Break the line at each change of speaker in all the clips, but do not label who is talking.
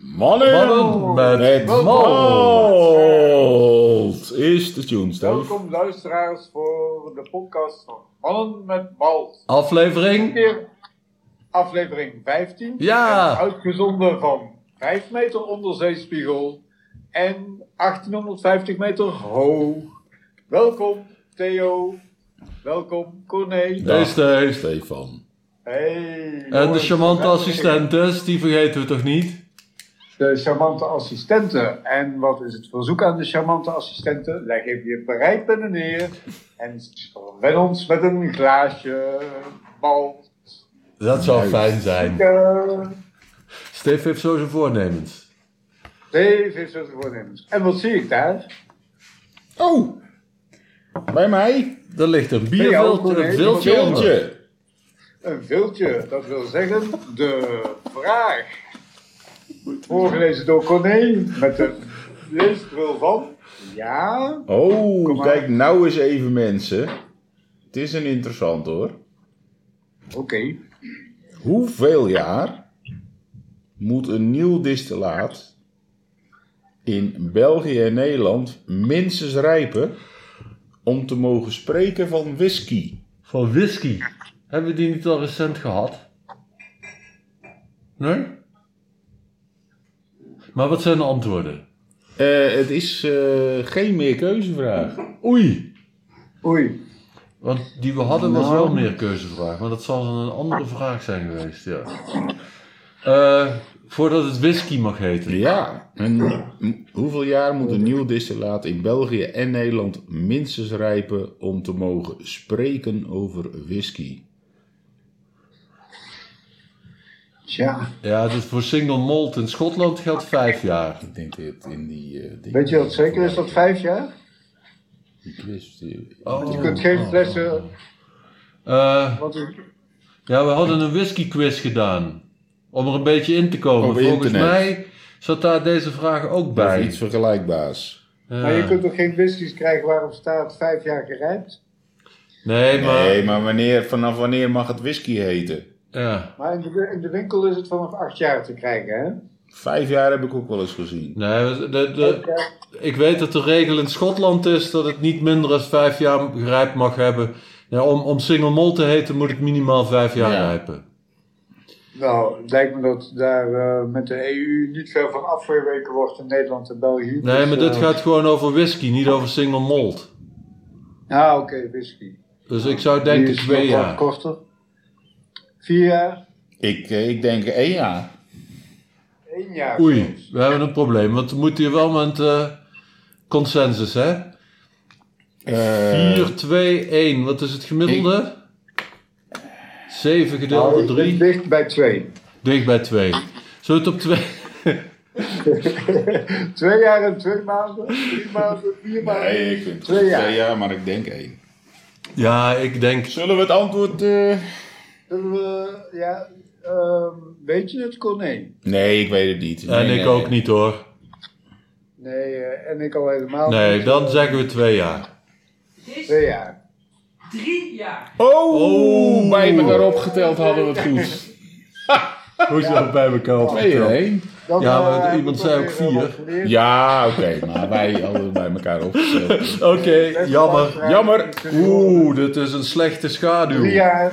Mannen
Mannen
met
met
malt is de tune, Stef.
Welkom luisteraars voor de podcast van Mannen met Bal.
Aflevering?
Weer aflevering 15.
Ja.
En Uitgezonden van 5 meter onder zeespiegel en 1850 meter hoog. Welkom Theo. Welkom Corné.
Ja.
Deze, deze.
Stefan.
Hey,
En de
jongens.
charmante assistentes, die vergeten we toch niet?
De charmante assistenten. En wat is het verzoek aan de charmante assistenten? Leg even je bereidpennen neer en verwen ons met een glaasje bal.
Dat zou
Juist.
fijn zijn.
Eh,
Stef heeft zo zijn voornemens.
Dave is het voornemens. En wat zie ik daar?
Oh, bij mij?
Er ligt een
ook goed,
bierviltje
hè?
een viltje onder.
Chilltje.
Een viltje. Dat wil zeggen de vraag. Voorgelezen door Corné met de leesbril van. Ja, Kom
Oh,
maar.
kijk nou eens even mensen. Het is een interessant hoor.
oké.
Hoeveel jaar moet een nieuw distillaat in België en Nederland minstens rijpen om te mogen spreken van whisky?
Van whisky. Hebben we die niet al recent gehad? Nee? Maar wat zijn de antwoorden?
Eh, het is eh, geen meer keuzevraag.
Oei!
Oei.
Want die we hadden was
Nou.
wel meer keuzevraag, maar dat zal dan een andere vraag zijn geweest, ja. Eh, voordat het whisky mag heten.
Ja, en m- hoeveel jaar moet een nieuw distillaat in België en Nederland minstens rijpen om te mogen spreken over whisky?
Tja.
Ja, dus voor single malt in Schotland geldt vijf jaar.
Ik denk dat het in die. eh, dingen-
Weet je wat zeker is dat vijf jaar?
Die quiz, die-
Oh.
Je kunt geen flessen.
Eh,
Want
ja, we hadden een whisky quiz gedaan. Om er een beetje in te komen.
Op
Volgens
internet.
mij zat daar deze vraag ook
Of
bij. Eh,
iets vergelijkbaars.
Ja.
Maar je kunt toch geen whiskies krijgen waarop staat vijf jaar gerijpt?
Nee, maar...
Nee, maar wanneer, vanaf wanneer mag het whisky heten?
Ja.
Maar in de, in de winkel is het vanaf acht jaar te krijgen, hè?
Vijf jaar heb ik ook wel eens gezien.
Nee, de, de, Ik weet dat de regel in Schotland is dat het niet minder dan vijf jaar rijp mag hebben. Ja, om, om single malt te heten moet het minimaal vijf jaar
Ja.
rijpen.
Nou, het lijkt me dat daar eh, met de EU niet veel van afgeweken wordt in Nederland en België.
Nee,
Dus,
maar dit
eh,
gaat gewoon over whisky, niet over single malt.
Ah, oké, whisky.
Dus ik zou
Die
denken
is
twee
nog wat
jaar.
korter. Vier jaar?
Ik, eh, ik denk één jaar.
Eén jaar.
Oei,
zelfs.
we hebben een probleem, want we moeten hier wel met eh, consensus, hè?
Eh,
4, 2, 1. Wat is het gemiddelde? 7 gedeeld
Nou,
door
ik ben
3.
dicht bij twee.
Dicht bij 2. Zullen we het op 2?
Twee jaar en twee maanden, drie maanden, vier maanden.
nee, ik vind het
Twee
goed,
jaar.
twee jaar, maar ik denk één.
Ja, ik denk.
Zullen we het antwoord. eh,
Zullen we, ja, ehm, weet je het, Corné?
Nee, ik weet het niet.
En
Nee,
ik
nee.
ook niet hoor.
Nee, eh, en ik al helemaal
Nee,
niet.
dan zeggen we twee jaar.
Dit is
Twee jaar.
drie jaar.
Oh,
Oh.
bij elkaar opgeteld hadden we het goed.
Hoezo bij elkaar op?
Twee en één.
Dan,
Ja,
eh,
maar
hebben
iemand
we
zei
toch
ook
weer, eh,
vier.
wat geleerd.
Ja, oké, maar wij hadden bij elkaar opgeteld.
Oké, jammer.
Jammer.
Oeh, dit is een slechte
Drie
schaduw.
jaar,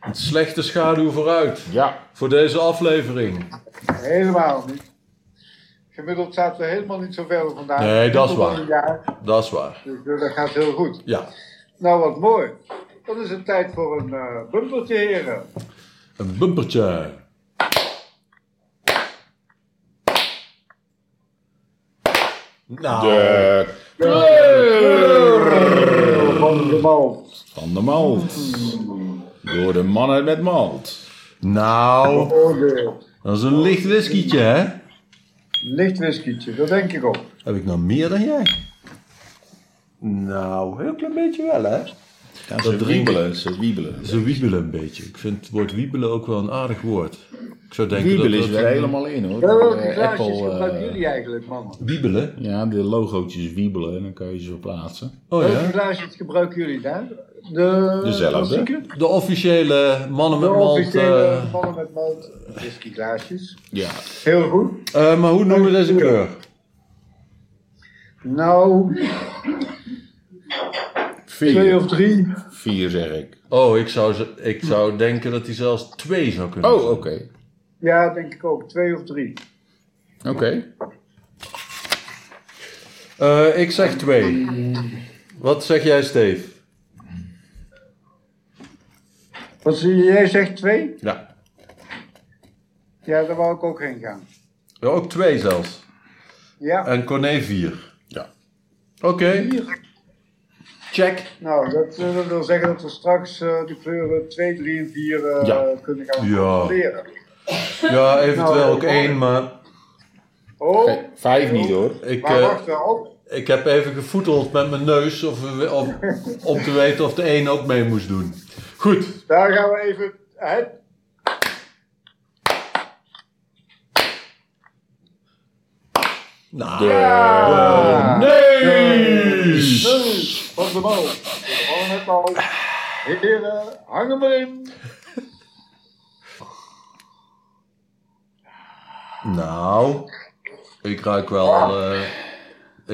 Een slechte schaduw vooruit.
Ja,
Voor deze aflevering.
helemaal niet. Gemiddeld zaten we helemaal niet zo ver vandaag.
Nee, dat is waar.
Een jaar,
Dat is waar.
dus eh, dat gaat heel goed.
Ja.
Nou, wat mooi. Dan is het tijd voor een eh bumpertje, heren.
Een bumpertje. Nou.
de
Van de bal.
van de malt. Door de mannen met malt.
Nou.
Oordeel.
Dat is een licht whiskietje, hè?
Licht whiskietje, dat denk ik ook.
Heb ik nou meer dan jij? Nou, heel klein beetje wel, hè?
Ja, ze
drinken.
wiebelen, ze wiebelen.
Ze wiebelen een beetje. Ik vind het woord wiebelen ook wel een aardig woord. Ik zou denken
Wiebelen
dat
is
dat...
weer helemaal in hoor.
Welke
Eh,
glaasjes
eh,
gebruiken jullie eigenlijk, mannen?
Wiebelen?
ja, de logootjes wiebelen en dan kan je ze verplaatsen.
Oh
Welke
ja?
glaasjes gebruiken jullie daar? de
Dezelfde.
klassieke?
De officiële mannen
De
met malt.
officiële
eh,
mannen met malt whiskyglaasjes.
Ja.
Heel goed.
eh, maar hoe noemen we deze kleur?
Nou, twee
Vier.
of drie.
Vier zeg ik.
Oh, ik zou, ze- ik zou denken dat hij zelfs twee zou kunnen
Oh,
zijn.
oké.
Ja, denk ik ook. Twee of drie.
Oké.
Eh, ik zeg twee. Wat zeg jij, Steve?
Wat zie je? Jij zegt twee?
Ja.
Ja, daar wou ik ook heen gaan.
ja ook twee zelfs.
Ja,
En Corné vier.
Ja.
Oké. Check.
nou, dat eh, wil zeggen dat we straks eh, de kleuren 2, 3 en 4 eh,
Ja.
kunnen gaan
Ja.
controleren.
Ja, eventueel
Nou,
ook één, maar
Oh,
Oké, Vijf niet hoor.
ik,
maar
eh,
wacht Oh, daarop.
ik heb even gevoeteld met mijn neus of, we- of, om te weten of de één ook mee moest doen. Goed.
Daar gaan we even... Hè?
Nou,
Eh,
Ja!
nee!
ah, Neus van de bal. De bal met bal. Heren, hang hem erin.
Nou, ik ruik wel,
Ah.
eh,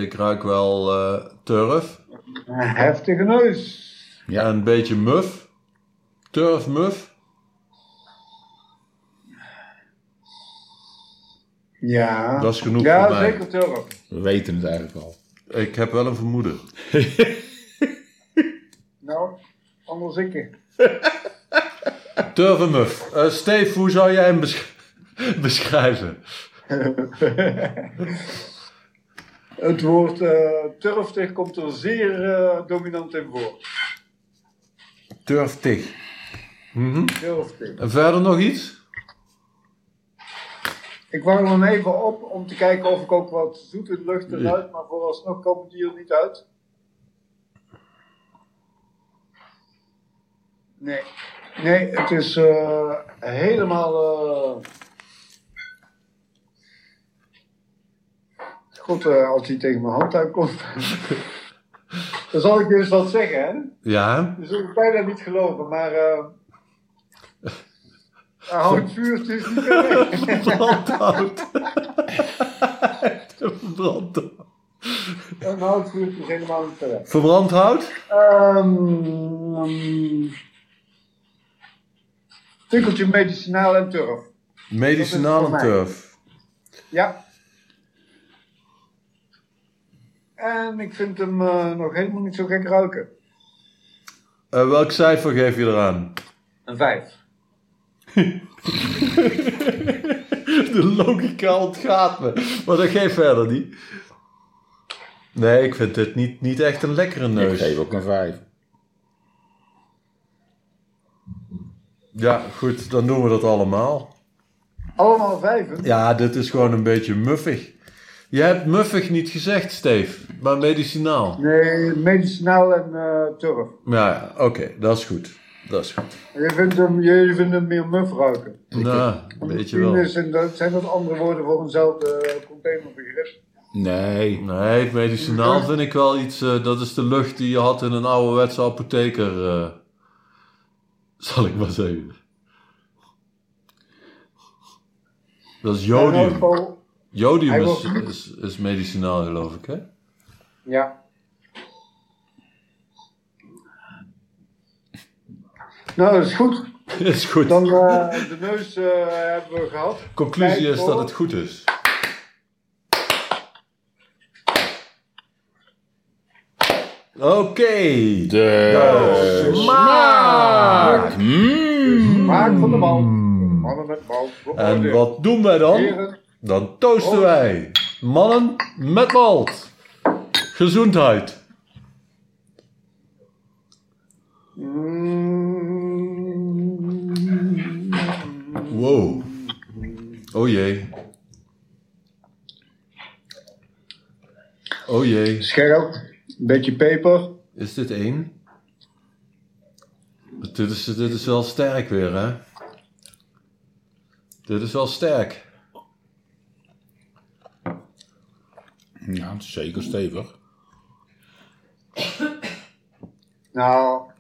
ik ruik wel eh, turf
Een heftige neus.
Ja.
en een beetje muf. Turf, muf.
Ja.
Dat is genoeg
ja,
voor mij.
zeker turf.
We weten het eigenlijk al.
Ik heb wel een vermoeden.
Nou, anders ik.
Turf en muf. Eh, Steve, hoe zou jij hem besch- beschrijven?
Het woord eh, turftig komt er zeer eh, dominant in voor.
Turftig.
Turftig.
En verder nog iets?
Ik warm hem even op om te kijken of ik ook wat zoet in de lucht eruit, maar vooralsnog komen die er niet uit. Nee, nee het is eh, helemaal. eh, God, eh, als hij tegen mijn hand aankomt. dan zal ik dus wat zeggen, hè?
Ja.
Je zult het bijna niet geloven, maar. eh houd vuur, het is niet correct.
Brandhout. Brandhout.
Een houtvuur is helemaal niet correct.
Verbrand hout?
Ehm, ehm, tikkeltje medicinaal en turf.
Medicinaal
voor
en
mij.
turf.
Ja. En ik vind hem eh, nog helemaal niet zo gek ruiken.
Eh, welk cijfer geef je eraan?
Een vijf.
De logica ontgaat me. Maar dat geeft verder niet. Nee, ik vind dit niet, niet echt een lekkere
Ik
neus.
geef ook een vijf.
Ja, goed, dan doen we dat allemaal.
Allemaal vijven?
Ja, dit is gewoon een beetje muffig. Je hebt muffig niet gezegd, Steve, maar medicinaal.
Nee, medicinaal en eh, turf.
Ja, ja, oké, dat is goed. Dat is goed.
Je vindt hem, je vindt hem meer muf ruiken.
Nou, een beetje
Misschien
wel.
is een- dat zijn dat andere woorden voor eenzelfde eh, containerbegrip.
Nee.
Nee, het medicinaal vind ik wel iets. eh, dat is de lucht die je had in een ouderwetse apotheker. eh, zal ik maar zeggen. Dat is
In elk
jodium.
geval-
Jodium
Hij
is,
wil-
is, is medicinaal, geloof ik, hè?
Ja. Nou, dat is goed.
Is goed.
Dan eh, de neus eh, hebben we gehad.
Conclusie
Kijk,
is dat
hoor.
het goed is. Oké.
De smaak. Mm.
Maak van de bal. Mannen met bal.
Mm. En
Beoordeel.
wat doen wij dan?
Heren, Oh.
Dan toosten wij. Mannen met malt. Gezondheid.
mm,
Wow. Oh jee. Oh jee.
Scherp. Een beetje peper.
Is dit één? Dit is, dit is wel sterk weer, hè? Dit is wel sterk.
Ja, het is zeker stevig.
Nou,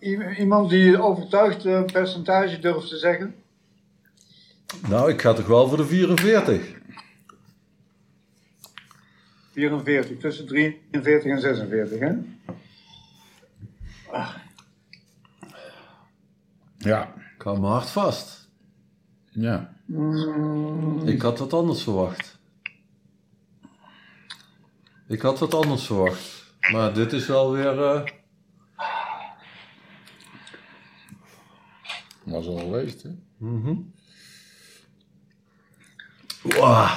i- iemand die een overtuigd eh, percentage durft te zeggen?
Nou, ik ga toch wel voor de 44.
44, tussen 43 en 46, hè?
Ja.
Ik hou me hard vast.
Ja.
Ik had wat anders verwacht. Ik had wat anders verwacht. Maar dit is wel weer... eh,
Was al geweest, hè?
Wauw.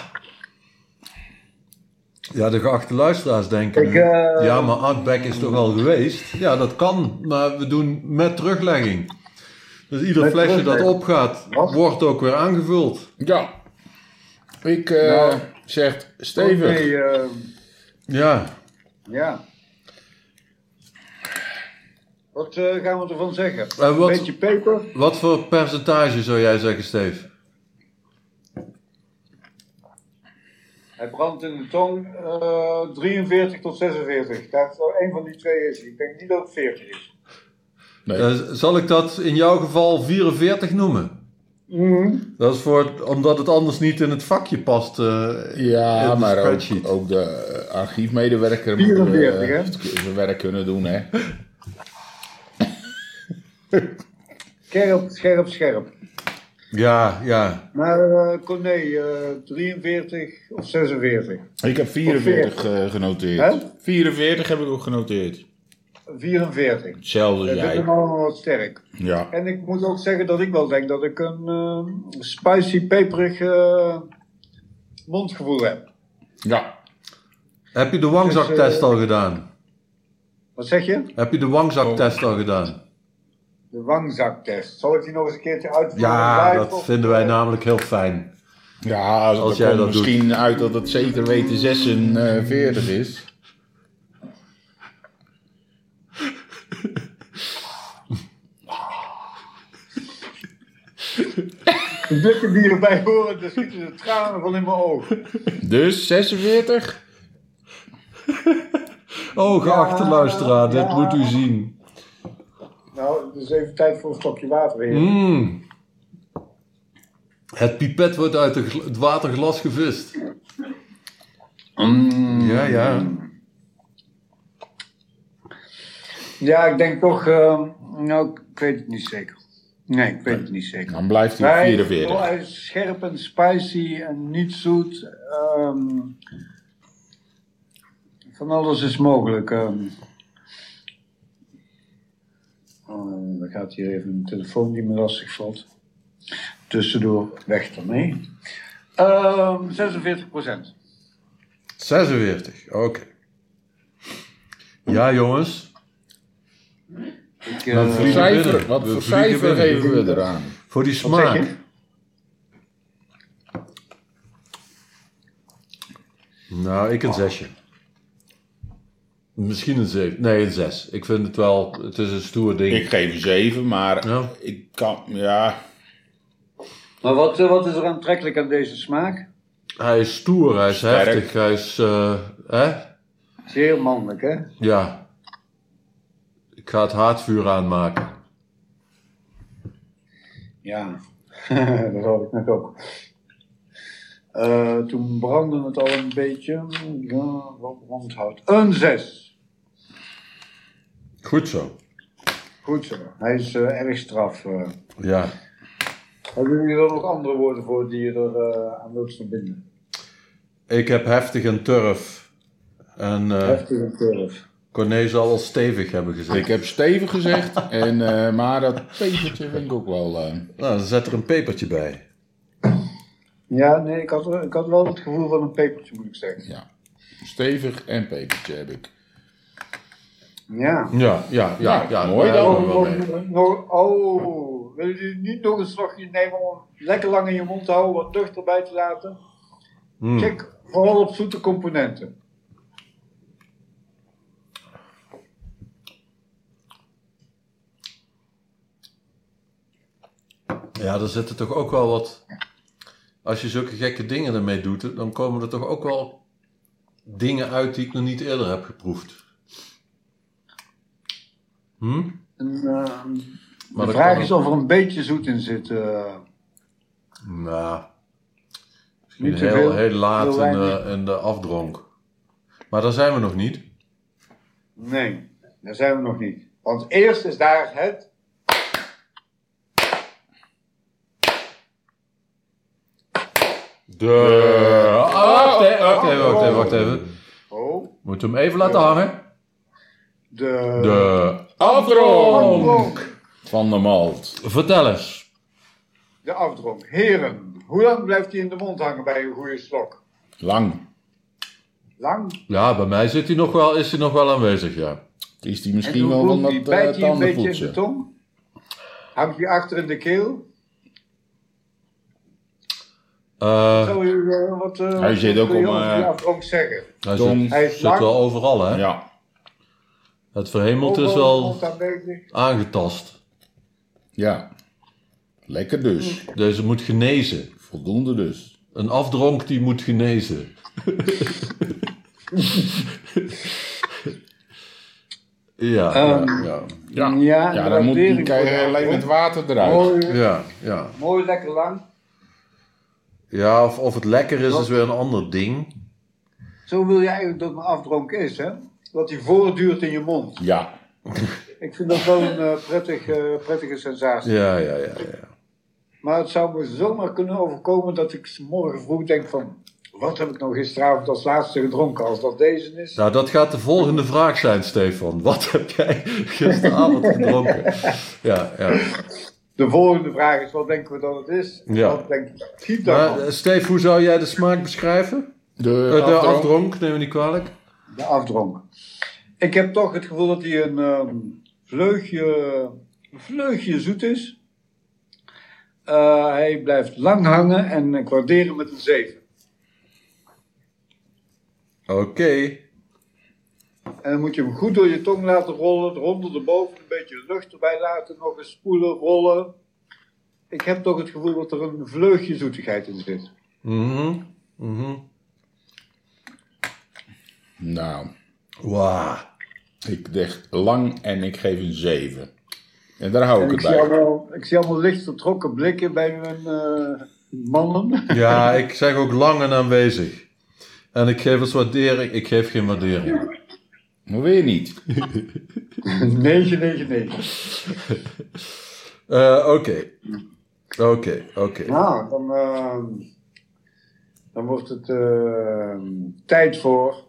Ja, de geachte luisteraars denken.
Ik,
nu,
eh,
Ja, maar Outback is toch al geweest? Ja, dat kan, maar we doen met teruglegging. Dus ieder
Met
flesje dat
teruglegging.
opgaat,
Wat?
wordt ook weer aangevuld.
Ja. Ik eh
Nou.
zeg stevig.
Oké, eh,
Ja,
ja. Wat eh, gaan we ervan zeggen?
Eh, wat-
Een beetje peper?
wat voor percentage zou jij zeggen, Steve?
Hij brandt in de tong eh, 43 tot 46. Dat zou één van die twee is. Ik denk niet dat het 40 is.
Nee.
Eh, zal ik dat in jouw geval 44 noemen?
Mhm.
Dat is voor, omdat het anders niet in het vakje past. eh. in
ja,
de
maar ook,
spreadsheet.
ook de eh, archiefmedewerker moet eh,
44, hè?
het k- zijn werk kunnen doen, hè?
Scherp, scherp, scherp.
Ja, ja.
Maar eh Corné, eh, 43 of 46?
Ik heb 44 eh, genoteerd.
Hè?
44 heb ik ook genoteerd.
44.
Hetzelfde
Dat
als
is
jij.
hem allemaal wat sterk.
Ja.
En ik moet ook zeggen dat ik wel denk dat ik een eh, spicy, peperig eh, mondgevoel heb.
Ja.
Heb
Dus,
je de
eh,
wangzaktest al gedaan?
Wat zeg je?
Heb je de wangzaktest al gedaan?
De wangzaktest. Zal ik die nog eens een keertje uitvoeren?
Ja,
Live
dat
of-
vinden wij namelijk heel fijn.
Ja, als,
Als
er
jij
komt
dat doet.
misschien uit dat het zeker weten 46 is.
De blikken die erbij horen, daar schieten de tranen van in mijn ogen.
Dus 46?
Oh, geachte
Ja,
luisteraar, dit
ja.
moet u zien.
Nou, het is even tijd voor een stokje water weer.
Mm. Het pipet wordt uit de gl- het waterglas gevist. Mm. Ja, ja.
Ja, ik denk toch, ehm, nou, ik weet het niet zeker. Nee, ik weet het niet zeker.
Dan blijft hij
Wij-
44.
oh, hij is scherp en spicy en niet zoet. ehm, van alles is mogelijk. ehm. Oh, dan gaat hier even een telefoon die me lastig valt. Tussendoor, weg ermee. Ehm 46 procent.
46, oké. Ja, jongens.
Ik,
Dan
eh,
vliegen we
Cijfer,
binnen.
wat
We
voor
vliegen
cijfer
binnen.
geven we eraan?
Voor die
Wat zeg je?
smaak. Nou, ik een zesje. Misschien een zeven. Nee, een zes. Ik vind het wel, het is een stoer ding.
Ik geef een 7, maar
Ja.
ik kan, ja.
Maar wat, eh, wat is er aantrekkelijk aan deze smaak?
Hij is stoer, hij is
Sterk.
heftig, hij is... eh, hè?
Zeer mannelijk, hè?
Ja. Ik ga het haardvuur aanmaken.
Ja, dat had ik net ook. Eh, toen brandde het al een beetje. Ja, wat rondhout. Een 6.
Goed zo.
Goed zo. Hij is eh, erg straf. eh.
Ja.
Hebben jullie er nog andere woorden voor die je er eh, aan wilt verbinden?
Ik heb heftig en turf. En eh
Heftig en curve.
Corné zal wel stevig hebben gezegd.
Ik heb stevig gezegd, en, eh, maar dat pepertje vind ik ook wel. eh,
Nou, dan zet er een pepertje bij.
Ja, nee, ik had, er- ik had wel het gevoel van een pepertje, moet ik zeggen.
ja. Stevig en pepertje heb ik.
Ja.
Ja, ja, ja.
Nou,
ja
mooi
daar
dan.
hebben we wel
Nog-
mee.
nog- nog- oh, willen jullie niet nog een slokje nemen om hem lekker lang in je mond te houden, wat lucht erbij te laten?
Hmm.
Check vooral op zoete componenten.
Ja, er zitten toch ook wel wat... Als je zulke gekke dingen ermee doet, dan komen er toch ook wel dingen uit die ik nog niet eerder heb geproefd. Hm?
En, eh,
Maar
de
dat
vraag
kan
is
ook-
of er een beetje zoet in zit. eh,
Nou,
niet te
heel,
veel.
heel laat
heel
en,
weinig.
eh, en de afdronk. Maar daar zijn we nog niet.
Nee, daar zijn we nog niet. Want eerst is daar het.
De... Ah, Wacht even, wacht even, wacht even, wacht even.
Oh,
Moet hem even laten hangen.
de.
De afdronk.
afdronk.
Van de malt.
Vertel eens.
De afdronk. Heren, hoe lang blijft die in de mond hangen bij een goede slok?
Lang.
Lang?
Ja, bij mij zit hij nog wel, is hij nog wel aanwezig, ja.
Is die
En
misschien
hoe
wel
voelt
van dat
die?
eh,
Bijt die een beetje in de
tandenpoetsen?
tong? Hangt die achter in de keel?
Eh
Zou u eh, wat. eh,
Hij zit
wat
ook
wil je
om,
over die
eh,
afdronk zeggen.
hij
Tong.
zit,
Hij is
zit
lang.
wel overal, hè?
Ja.
Het verhemeld is
Overal
dus wel
komt aanwezig.
aangetast.
Ja. Lekker dus.
Deze moet genezen.
Voldoende dus.
Een afdronk die moet genezen. ja, ja,
Ehm.
ja,
Ja.
Ja,
Ja,
de
dan moet die
waardering voor de
kei- alleen
afdronk.
met water eruit.
Mooi,
ja, ja.
mooi, lekker lang.
Ja, of, of het lekker is,
Wat?
is weer een ander ding.
Zo wil je eigenlijk dat mijn afdronk is, hè? Dat die voortduurt in je mond.
Ja.
Ik vind dat wel een eh, prettig, eh, prettige sensatie.
Ja, ja, ja. ja.
Maar het zou me zomaar kunnen overkomen dat ik morgen vroeg denk van... Wat heb ik nou gisteravond als laatste gedronken? Als dat deze is,
Nou, dat gaat de volgende vraag zijn, Stefan. Wat heb jij gisteravond gedronken? Ja, ja.
De volgende vraag is, wat denken we dat het is? En
Ja.
Wat denk ik? Giet
Maar,
daarvan.
eh, Steef, hoe zou jij de smaak beschrijven?
De,
Eh, de
afdronk.
afdronk, neem me niet kwalijk.
De afdronk. Ik heb toch het gevoel dat hij een ehm, vleugje, een vleugje zoet is. Eh, hij blijft lang hangen en ik waardeer hem met een 7.
Oké.
En dan moet je hem goed door je tong laten rollen, eronder, erboven, een beetje lucht erbij laten, nog eens spoelen, rollen. Ik heb toch het gevoel dat er een vleugje zoetigheid in zit.
Mhm. Mhm.
Nou,
Wauw.
ik dacht lang en ik geef een 7. En daar hou
En
ik
ik
het
zie,
bij.
allemaal, ik zie allemaal licht vertrokken blikken bij mijn eh, mannen.
Ja, ik zeg ook lang en aanwezig. En ik geef als waardering, ik geef geen waardering.
Maar weer niet.
999.
Eh, Oké. Oké, oké.
Nou, dan, ehm, dan wordt het ehm, tijd voor.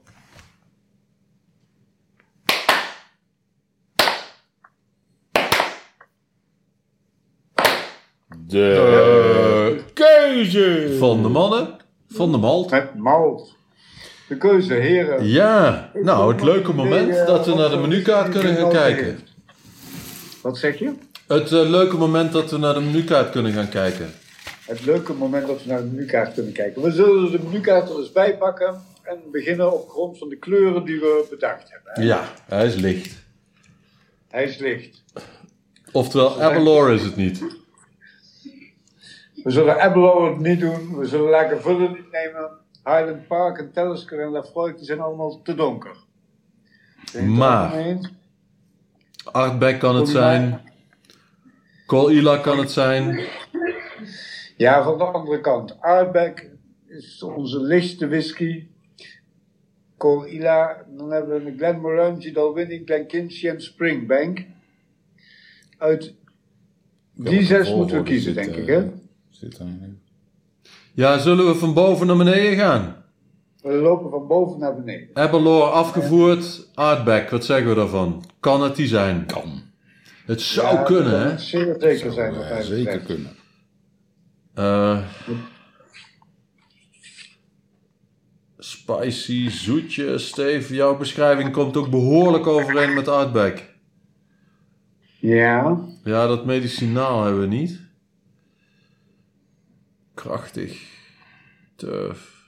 De keuze.
Van de mannen, van de malt.
Met malt. De keuze, heren.
Ja, nou, het leuke moment dat we naar de menukaart kunnen gaan kijken.
Wat zeg je?
Het eh, leuke moment dat we naar de menukaart kunnen gaan kijken.
Het leuke moment dat we naar de menukaart kunnen kijken. We zullen dus de menukaart er eens bij pakken en beginnen op grond van de kleuren die we bedacht hebben.
Ja, hij is licht.
Hij is licht.
Oftewel, Abelore is het niet.
We zullen Abelone niet doen, we zullen lekker vullen niet nemen. Highland Park en Telescope en Lafroy, die zijn allemaal te donker. Ben je het
Maar-
er ook mee eens?
Artback kan het zijn. Colila kan het zijn.
Ja, van de andere kant. Ardbeck is onze lichtste whisky. Corilla, dan hebben we een Glenmorangie, Dalwhinnie, Glenkinchie en Springbank. Uit die zes moeten we kiezen, denk
eh,
ik. Hè?
Zit daar-
Ja, zullen we van boven naar beneden gaan?
We lopen van boven naar beneden.
Abelore afgevoerd, Aardbeck, wat zeggen we daarvan? Kan het die zijn?
kan.
Het zou
Ja,
kunnen,
dat
hè?
kan Zeer zeker zijn, wat
Eh,
hij
zeker
zegt.
kunnen.
Eh, spicy, zoetje, Steve, jouw beschrijving komt ook behoorlijk overeen met Aardbeck.
Ja,
Ja, dat medicinaal hebben we niet. Krachtig, turf.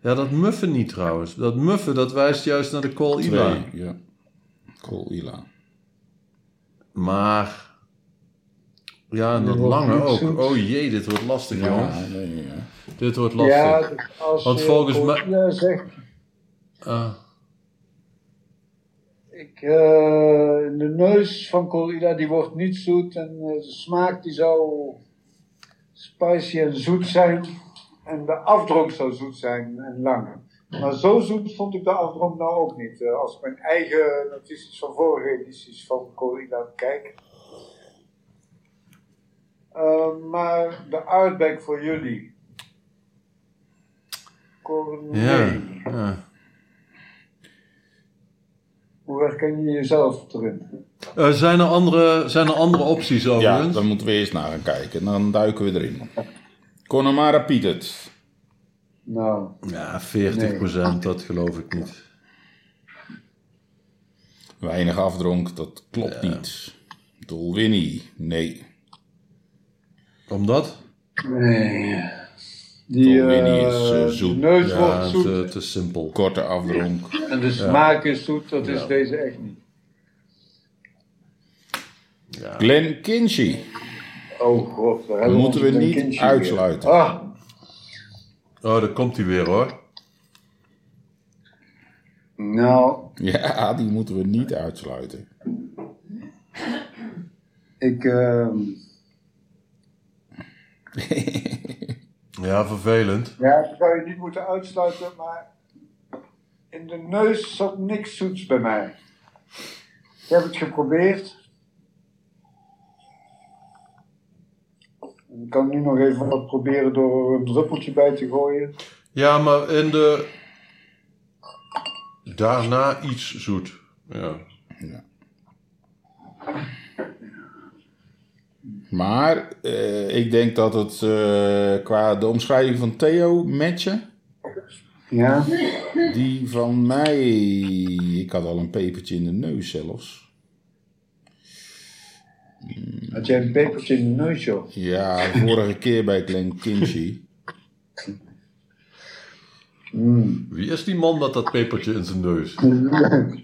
Ja, dat muffen niet trouwens. Dat muffen, dat wijst juist naar de Col Ila.
Twee, ja. Cool, Ila.
Maar. Ja, en dat
Die wordt
lange
niet
ook.
zoet.
Oh jee, dit wordt lastig, jongens.
Ja, nee, ja.
Dit wordt lastig.
ja dus als
Want
je
volgens mij-
Corilla zegt,
Ah,
Ik, eh, de neus van Corrida die wordt niet zoet en eh, de smaak die zou spicy en zoet zijn. En de afdronk zou zoet zijn en langer. Maar zo zoet vond ik de afdronk nou ook niet. Eh, als ik mijn eigen notities van vorige edities van Corrida kijk. Eh, maar de uitbek voor jullie. Corné.
Ja. ja.
Hoe herken je jezelf erin?
Eh, zijn, er andere, zijn er andere opties
Ja,
overigens?
daar moeten we eerst naar gaan kijken. Dan duiken we erin. Connemara Pietert.
Nou,
Ja, 40 dat geloof ik niet.
Weinig afdronk, dat klopt niet. Dolwinnie, nee.
Omdat?
nee. Die
Tom Winnie
eh,
is, eh, zoet. eh,
de neus
Ja,
wordt zoet
te, te simpel.
Korte afdronk.
en de smaak is zoet. Dat is deze echt niet.
Glen Kinchy.
Oh god, daar hebben
Moeten
ons
we
een
niet
kindje weer.
uitsluiten.
Ah,
Oh, daar komt hij weer hoor.
nou,
Ja, die moeten we niet uitsluiten.
ik... ehm,
Ja, vervelend.
ja, dat zou je niet moeten uitsluiten, maar... In de neus zat niks zoets bij mij. Ik heb het geprobeerd. Ik kan nu nog even wat proberen door er een druppeltje bij te gooien.
Ja, maar in de. Daarna iets zoet. Ja.
Maar eh, ik denk dat het eh, qua de omschrijving van Theo matchen.
Ja?
Die van mij. Ik had al een pepertje in de neus zelfs.
Had jij een pepertje in de neus, joh?
Ja, vorige keer bij Glen Kinchy.
Wie is die man met dat pepertje in zijn neus?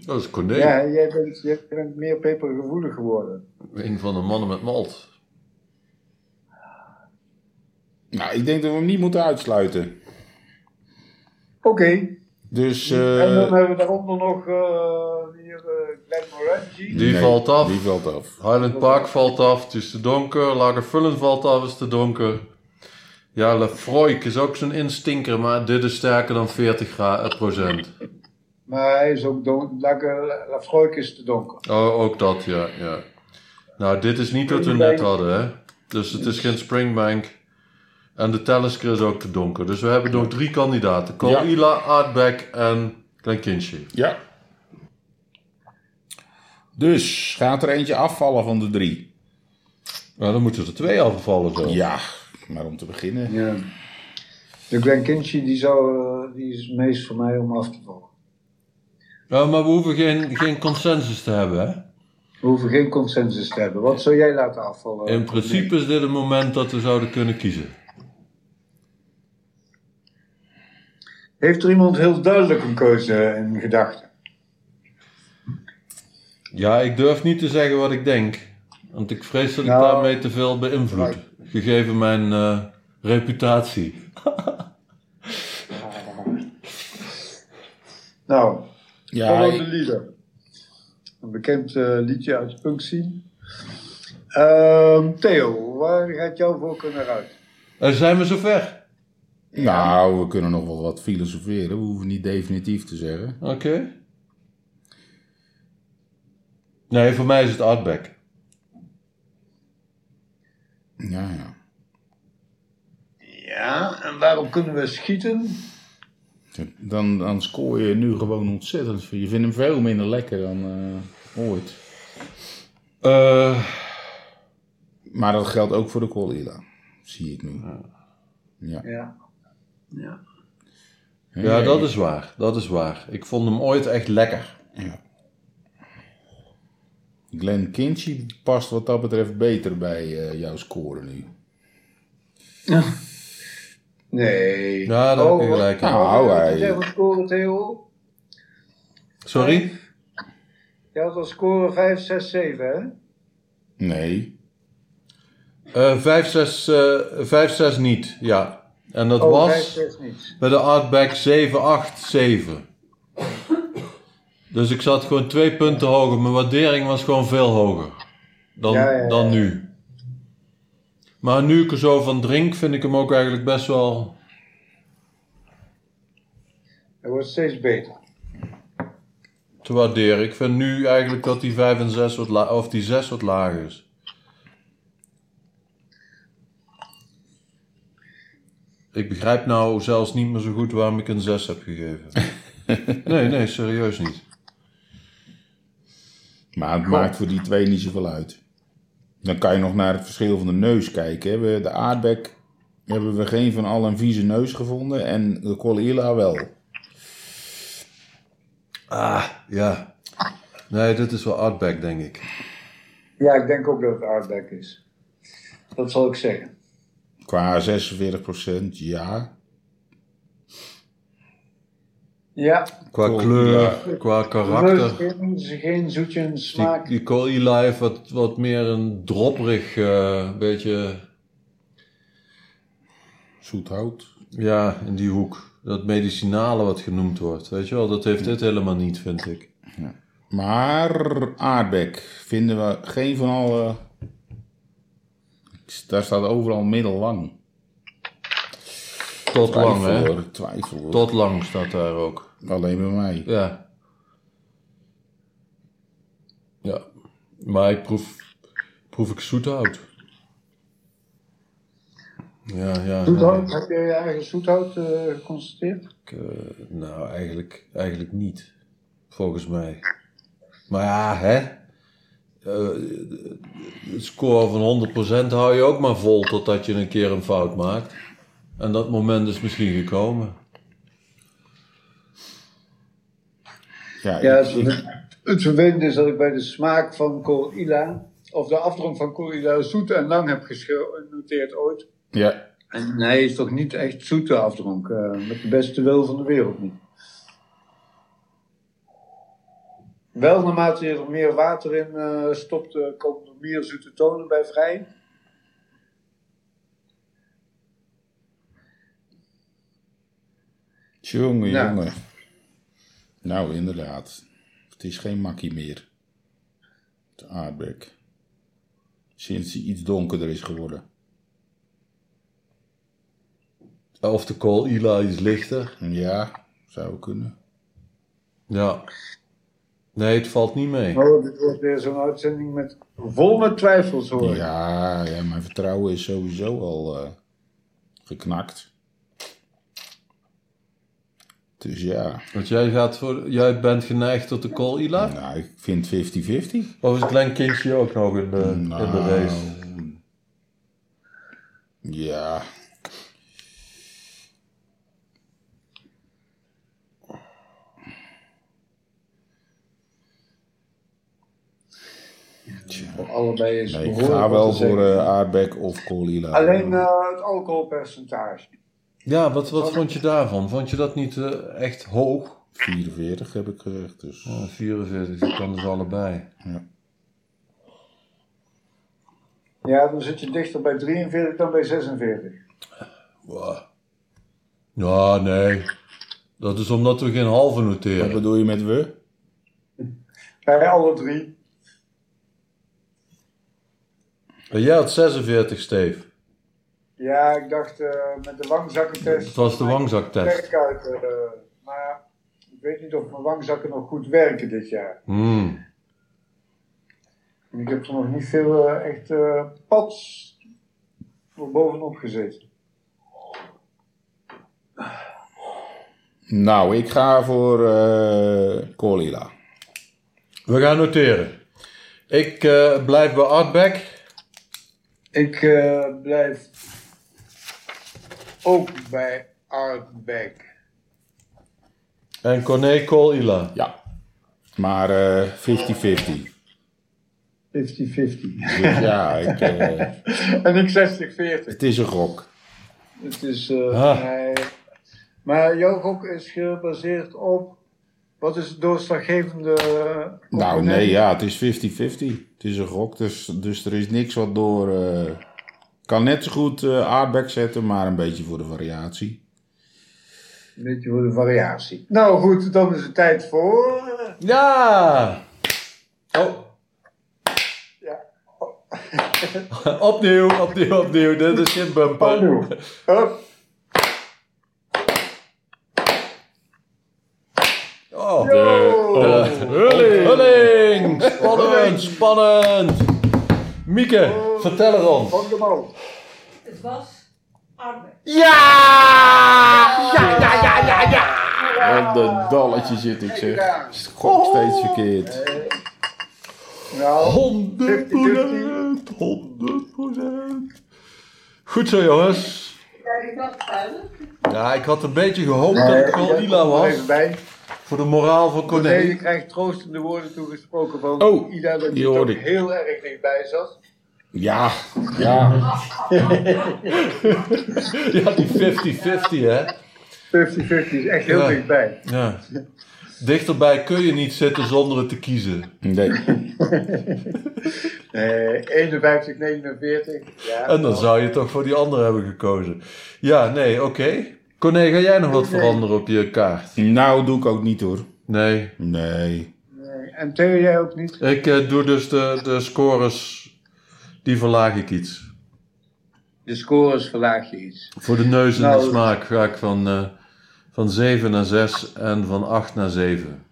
Dat is Corné.
Ja, jij bent, jij bent meer pepergevoelig geworden.
Een van de mannen met malt.
Nou, ik denk dat we hem niet moeten uitsluiten.
Oké,
Dus.
en
eh,
dan hebben we daaronder nog eh, hier eh Glenn Morangi.
Die
nee,
valt af.
Die valt af.
Highland Park valt af, het is te donker. Lagerfullen valt af, het is te donker. Ja, Lefroik is ook zo'n instinker, maar dit is sterker dan 40 gra- eh, procent.
Maar hij is ook donker. Lekker, Lafroik is te donker.
Oh, ook dat, ja, ja. Nou, dit is niet wat we net hadden, hè. Dus het is geen springbank. En de Talisker is ook te donker. Dus we hebben nog drie kandidaten. Corila, Aardbeck en Kleinkinsje.
Ja. Dus gaat er eentje afvallen van de drie?
Nou, dan moeten er twee afvallen zo.
Ja, maar om te beginnen.
Ja. De Glenn Kinchy, die, zou, eh, die is het meest voor mij om af te vallen.
Ja, maar we hoeven geen, geen consensus te hebben, hè.
We hoeven geen consensus te hebben. Wat zou jij laten afvallen?
In principe is dit het moment dat we zouden kunnen kiezen.
Heeft er iemand heel duidelijk een keuze in gedachten?
Ja, ik durf niet te zeggen wat ik denk. Want ik vrees dat ik
Nou,
daarmee te veel beïnvloed. Gegeven mijn eh, reputatie.
Nou,
Ja,
Follow the
ik-
Leader. Een bekend eh, liedje uit Punctie. Ehm Theo, waar gaat jouw voorkeur naar uit?
Eh, zijn we zover?
nou, we kunnen nog wel wat filosoferen. We hoeven niet definitief te zeggen.
Oké. Nee, voor mij is het Outback.
Ja, ja.
Ja, en waarom kunnen we schieten?
Dan, dan scoor je nu gewoon ontzettend veel. Je vindt hem veel minder lekker dan eh, ooit.
Eh,
Maar dat geldt ook voor de Colila. Zie ik nu.
Ja.
ja, dat is waar. Dat is waar. Ik vond hem ooit echt lekker.
Glenn Kinchy past wat dat betreft beter bij eh, jouw score nu.
Nee.
Ja, daar heb je gelijk in.
Nou, hij-
Jij was scoren, Theo.
Sorry?
Jij had al scoren 5, 6, 7, hè?
Nee.
Eh, Vijf, zes, eh, vijf, zes niet, ja. En dat
Oh,
was
5, 6 niet.
bij de Outback 787. Dus ik zat gewoon twee punten hoger. Mijn waardering was gewoon veel hoger dan,
Ja, ja, ja.
dan nu. Maar nu ik er zo van drink, vind ik hem ook eigenlijk best wel.
Hij wordt steeds beter.
te waarderen. Ik vind nu eigenlijk dat die 5 en 6 wat la- of die 6 wat lager is. Ik begrijp nou zelfs niet meer zo goed waarom ik een 6 heb gegeven. Nee, nee, serieus niet.
Maar het maakt voor die twee niet zoveel uit. Dan kan je nog naar het verschil van de neus kijken. Hè. We- De aardbek hebben we geen van al een vieze neus gevonden. En de Colilla wel.
Ah, ja. Nee, dit is wel Outback, denk ik.
Ja, ik denk ook dat het Aardbek is. Dat zal ik zeggen.
Qua 46% ja.
Ja,
Qua
Cool,
kleur, qua karakter.
Leuk, is geen zoetje
Die,
smaak.
die Cola heeft wat, wat meer een dropperig, eh, beetje...
Zoethout.
Ja, in die hoek. Dat medicinale wat genoemd wordt, weet je wel, dat heeft dit helemaal niet, vind ik.
Maar aardbek vinden we geen van alle. Daar staat overal middellang.
Tot lang,
Twijfel
hè?
hoor, twijfel hoor.
Tot lang staat daar ook.
Alleen bij mij.
Ja. Ja. Maar ik proef, proef ik zoethout. Ja, ja.
Zoethout,
nee.
heb jij je eigen zoethout eh, geconstateerd?
Ik, eh, nou, eigenlijk, eigenlijk niet. Volgens mij. Maar ja, hè? Eh, het score van 100% hou je ook maar vol totdat je een keer een fout maakt. En dat moment is misschien gekomen.
Ja,
Ja,
ik-
het, het vervelende is dat ik bij de smaak van Corilla, of de afdronk van Corilla, zoet en lang heb genoteerd ooit.
ja,
En hij is toch niet echt zoete afdronk, eh, met de beste wil van de wereld niet. Wel, naarmate je er meer water in eh, stopt, eh, komen er meer zoete tonen bij vrij.
jongen,
Ja.
jongen. Nou, inderdaad. Het is geen makkie meer. De aardbek. Sinds hij iets donkerder is geworden.
Of de call Ila is lichter.
Ja, zou kunnen.
Ja. Nee, het valt niet mee.
Oh, dit wordt weer zo'n uitzending met, vol met twijfels hoor.
Ja, ja, mijn vertrouwen is sowieso al eh, geknakt. Dus ja,
Want jij, gaat voor, jij bent geneigd tot de call Ila?
nou, ik vind 50-50.
Of is Glenn Kinsey ook nog in de, in de race?
Nou, Ja.
Voor Allebei is
Nee, ik
behoorlijk
ga
wat
wel
te
voor
zeggen.
eh Aardbek of Colila.
Alleen eh, het alcoholpercentage.
Ja, wat, wat vond je daarvan? Vond je dat niet eh, echt hoog?
44 heb ik gezegd, dus.
Oh.
Ja, 44, dat kan dus allebei.
Ja, dan zit je dichter bij 43 dan bij 46.
Ja, Ja, nee. Dat is omdat we geen halve
Wat
noteren.
bedoel je met we?
Bij alle drie.
En jij had 46, Steve.
Ja, ik dacht eh, met de wangzakkentest.
Het was de wangzaktest.
Werk uit, eh, maar ik weet niet of mijn wangzakken nog goed werken dit jaar.
Hmm.
En Ik heb er nog niet veel eh, echt eh pads voor bovenop gezeten.
Nou, ik ga voor eh Colila.
We gaan noteren. Ik eh, blijf bij Artback.
Ik eh, blijf ook bij Artback.
En Corné Colila.
Ja. Maar eh, 50-50.
50-50.
Dus ja, ik, eh,
en ik 60-40.
het is een gok.
Het is, eh,
Ah.
nee. Maar jouw gok is gebaseerd op. Wat is het doorslaggevende. eh,
Nou
component?
nee, ja, het is 50-50. Het is een gok, dus, dus er is niks wat door... eh, kan net zo goed eh aardbek zetten, maar een beetje voor de variatie.
Een beetje voor de variatie. Nou goed, dan is het tijd voor.
Ja! Oh. opnieuw, opnieuw, opnieuw. Dit is geen bumper.
Opnieuw. Hup.
Oh.
Yo.
Hulling. Hulling. Spannend, spannend. Mieke, vertel er ons.
Van de bal.
Het was arbeid.
Op de dalletje zit ik zeg. Gok steeds verkeerd.
Nou,
100 procent. 100 Goed zo, jongens.
Ik dacht vuilig.
Ja, ik had een beetje gehoopt dat het wel Ila
was.
was.
Even bij.
Oh,
Voor de moraal van Corné.
Nee, je krijgt troostende woorden toegesproken van
Oh,
Ida, dat
die
je toch
hoorde ik.
heel erg dichtbij zat.
Ja, ja.
Ja, die 50-50, hè.
50-50 is echt heel
Ja.
dichtbij.
Ja. Dichterbij kun je niet zitten zonder het te kiezen.
Nee.
Eh 51-49. Ja,
En dan zou je toch voor die andere hebben gekozen. Ja, nee, oké. Corné, ga jij nog wat veranderen op je kaart?
Nou, doe ik ook niet hoor.
Nee.
Nee.
En Theo, jij ook niet?
Ik eh, doe dus de, de scores, die verlaag ik iets.
De scores verlaag je iets.
Voor de neus en
Nou,
de smaak ga ik van, eh, van 7 naar 6 en van 8 naar 7.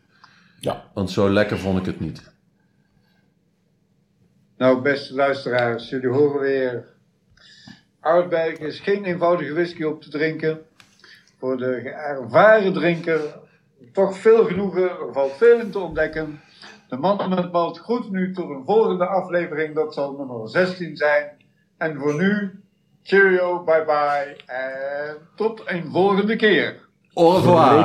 Ja.
Want zo lekker vond ik het niet.
Nou, beste luisteraars, jullie horen weer. Oudberg is geen eenvoudige whisky op te drinken. Voor de ervaren drinker toch veel genoegen, er valt veel in te ontdekken. De man met malt groet nu tot een volgende aflevering, dat zal nummer 16 zijn. En voor nu, cheerio, bye bye en tot een volgende keer.
Au revoir.